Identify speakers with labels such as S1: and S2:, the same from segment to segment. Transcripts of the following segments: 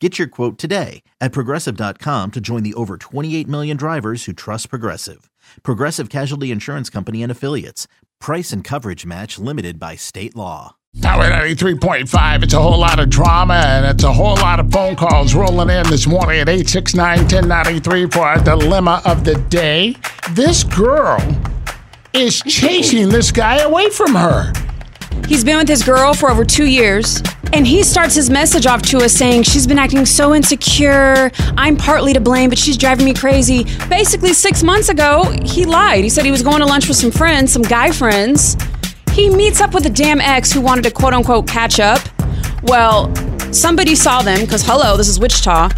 S1: Get your quote today at progressive.com to join the over 28 million drivers who trust Progressive. Progressive Casualty Insurance Company and Affiliates. Price and coverage match limited by state law.
S2: Power 93.5. It's a whole lot of drama and it's a whole lot of phone calls rolling in this morning at 869 1093 for our dilemma of the day. This girl is chasing this guy away from her.
S3: He's been with his girl for over two years, and he starts his message off to us saying, She's been acting so insecure. I'm partly to blame, but she's driving me crazy. Basically, six months ago, he lied. He said he was going to lunch with some friends, some guy friends. He meets up with a damn ex who wanted to quote unquote catch up. Well, somebody saw them, because hello, this is Wichita.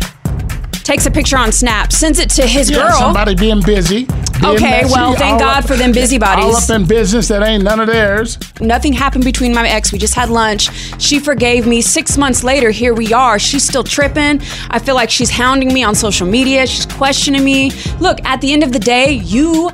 S3: Takes a picture on Snap, sends it to his
S2: Yeah,
S3: girl.
S2: Somebody being busy. being
S3: Okay,
S2: messy,
S3: well, thank
S2: all
S3: God
S2: up-
S3: for them busybodies.
S2: All up in business that ain't none of theirs.
S3: Nothing happened between my ex. We just had lunch. She forgave me. Six months later, here we are. She's still tripping. I feel like she's hounding me on social media. She's questioning me. Look, at the end of the day, you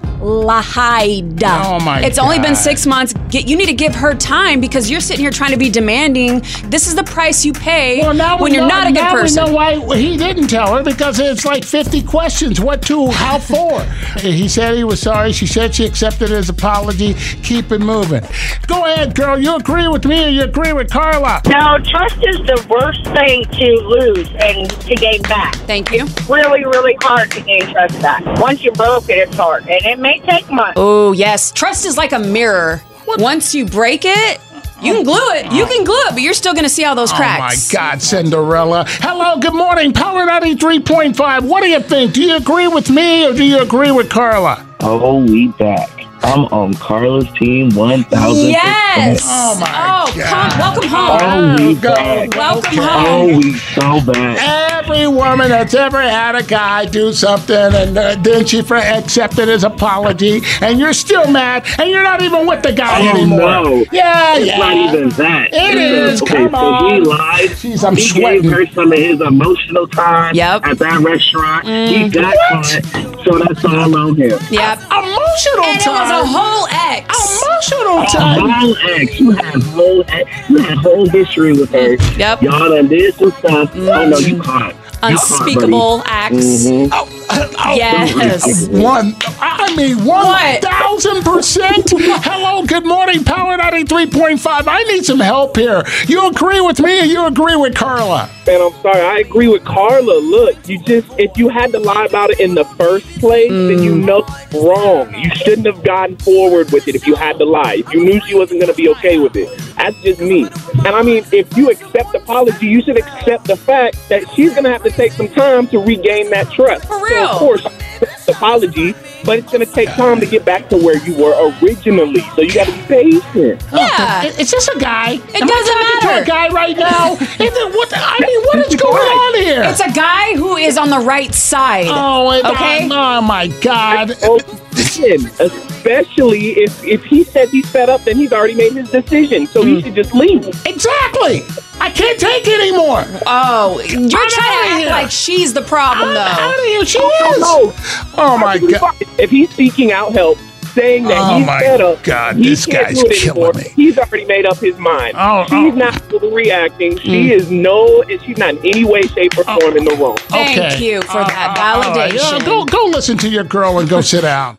S3: lied.
S2: Oh, my
S3: It's only been
S2: God.
S3: six months. Get, you need to give her time because you're sitting here trying to be demanding. This is the price you pay
S2: Well, now we
S3: when you're
S2: know-
S3: not a good
S2: now
S3: person.
S2: We know why he didn't tell her because it's like 50 questions. What to? How for? he said he was sorry. She said she accepted his apology. Keep it moving. Go ahead, girl. You agree with me or you agree with Carla? Oh,
S4: No, trust is the worst thing to lose and to gain back.
S3: Thank you.
S4: Really, really hard to gain trust back. Once you broke it, it's hard, and it may take months.
S3: Oh, yes. Trust is like a mirror. Once you break it, you can glue it. You can glue it, but you're still going to see all those cracks.
S2: Uh-uh. Oh my God, Cinderella. Hello, good morning. Power 93.5. What do you think? Do you agree with me or do you agree with Carla?
S5: Oh, we back. I'm on Carla's team 1000.
S3: Yes.
S2: Oh, my
S3: Oh,
S2: God.
S3: Come, welcome home.
S5: Oh, we
S2: Go,
S5: back.
S3: welcome
S5: Oh,
S3: home.
S5: we so back.
S2: Every woman that's ever had a guy do something and uh, then she for accepted his apology, and you're still mad, and you're not even with the guy
S5: Oh,
S2: anymore.
S5: no.
S2: Yeah,
S5: It's
S2: yeah.
S5: not even that.
S2: It is.
S5: Okay,
S2: Come
S5: so
S2: on.
S5: he lied.
S2: Jeez, I'm
S5: he
S2: sweating.
S5: gave her some of his emotional time
S3: Yep.
S5: at that restaurant.
S2: Mm.
S5: He got caught, so that's all on him.
S3: Yep.
S2: Emotional
S3: And it
S2: time.
S3: was a whole X.
S2: Emotional
S5: Oh,
S2: time.
S5: Whole ex, you had whole ex, you had whole history with her.
S3: Yep.
S5: Y'all done did some stuff. Oh no, you caught. You caught,
S3: Mm.
S5: buddy.
S3: Unspeakable acts.
S5: Mhm.
S2: Oh,
S3: Yes.
S2: One, I mean, one
S3: What?
S2: thousand percent. Hello, good morning, Power 93.5. I need some help here. You agree with me or you agree with Carla?
S6: And I'm sorry, I agree with Carla. Look, you just if you had to lie about it in the first place, then you know it's wrong. You shouldn't have gotten forward with it if you had to lie. If you knew she wasn't gonna be okay with it. That's just me. And I mean, if you accept apology, you should accept the fact that she's gonna have to take some time to regain that trust.
S3: For
S6: So
S3: real.
S6: of course accept the apology, but it's gonna take time to get back to where you were originally. So you gotta be patient.
S3: Yeah.
S2: Is- Is this a guy? It
S3: doesn't
S2: I talking To
S3: matter.
S2: a guy right now. Is it, what? I mean, what is going on here?
S3: It's a guy who is on the right side.
S2: oh, and
S3: Okay.
S2: I'm- oh my God.
S6: Oh, listen, especially if if he said he's fed up, then he's already made his decision, so
S2: Hmm.
S6: he should just leave.
S2: Exactly. I can't take it anymore.
S3: Oh,
S2: outta
S3: you're trying to act
S2: here.
S3: like she's the problem,
S2: I'm out
S3: though.
S2: of here. She is.
S6: no.
S2: Oh my God.
S6: If he's seeking out help, saying that
S2: Oh,
S6: he's
S2: my
S6: fed up,
S2: God,
S6: he
S2: this
S6: can't
S2: guy's
S6: do it
S2: killing
S6: anymore.
S2: me.
S6: He's already made up his mind.
S2: Oh,
S6: she's
S2: oh. Hmm.
S6: not reacting. She is no. She's not in any way, shape, or
S2: Oh.
S6: form in the wrong.
S3: Thank
S2: Okay. Uh,
S3: you for that
S2: All right.
S3: validation.
S2: Yeah, go, go listen to your girl and go sit down.